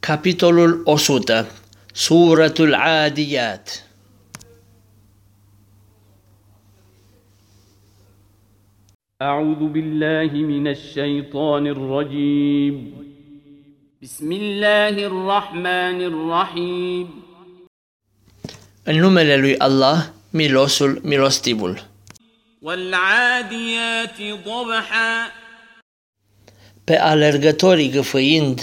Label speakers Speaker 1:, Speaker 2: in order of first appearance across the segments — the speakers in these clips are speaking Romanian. Speaker 1: Capitolul 100 Suratul Adiyat
Speaker 2: أعوذ بالله من الشيطان الرجيم بسم الله الرحمن الرحيم
Speaker 1: În numele lui Allah, milosul, milostivul.
Speaker 2: والعاديات ضبحا
Speaker 1: Pe alergătorii gâfâind,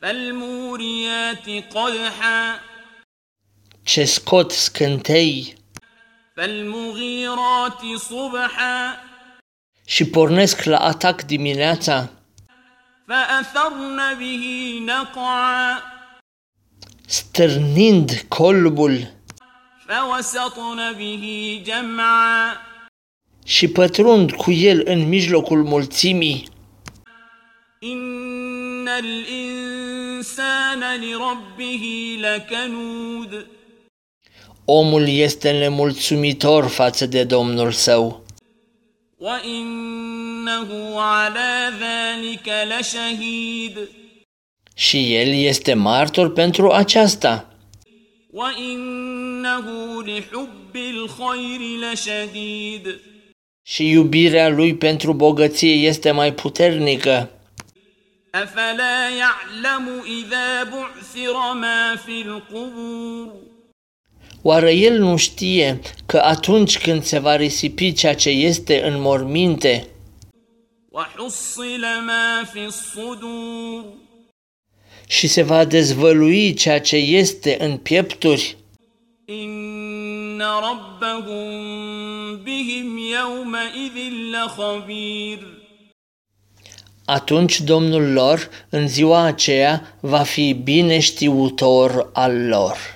Speaker 2: فالموريات قدحا
Speaker 1: ce scot scântei
Speaker 2: فالمغيرات صبحا
Speaker 1: și pornesc la atac dimineața,
Speaker 2: فأثرن به نقعا
Speaker 1: stârnind colbul
Speaker 2: فوسطن به جمعا
Speaker 1: și pătrund cu el în mijlocul mulțimii.
Speaker 2: إن الإنسان لربه لكنود
Speaker 1: Omul este nemulțumitor față de Domnul său
Speaker 2: وإنه على ذلك لشهيد
Speaker 1: și el este martor pentru aceasta.
Speaker 2: وإنه لحب الخير لشديد
Speaker 1: și iubirea lui pentru bogăție este mai puternică.
Speaker 2: أفلا يعلم إذا بعثر ما في القبور
Speaker 1: Oare el nu știe că atunci când se va risipi ceea ce este în morminte
Speaker 2: وحصل ما في الصدور
Speaker 1: și se va dezvălui ceea ce este în piepturi,
Speaker 2: إن ربهم بهم يومئذ لخبير
Speaker 1: atunci Domnul lor, în ziua aceea, va fi bine știutor al lor.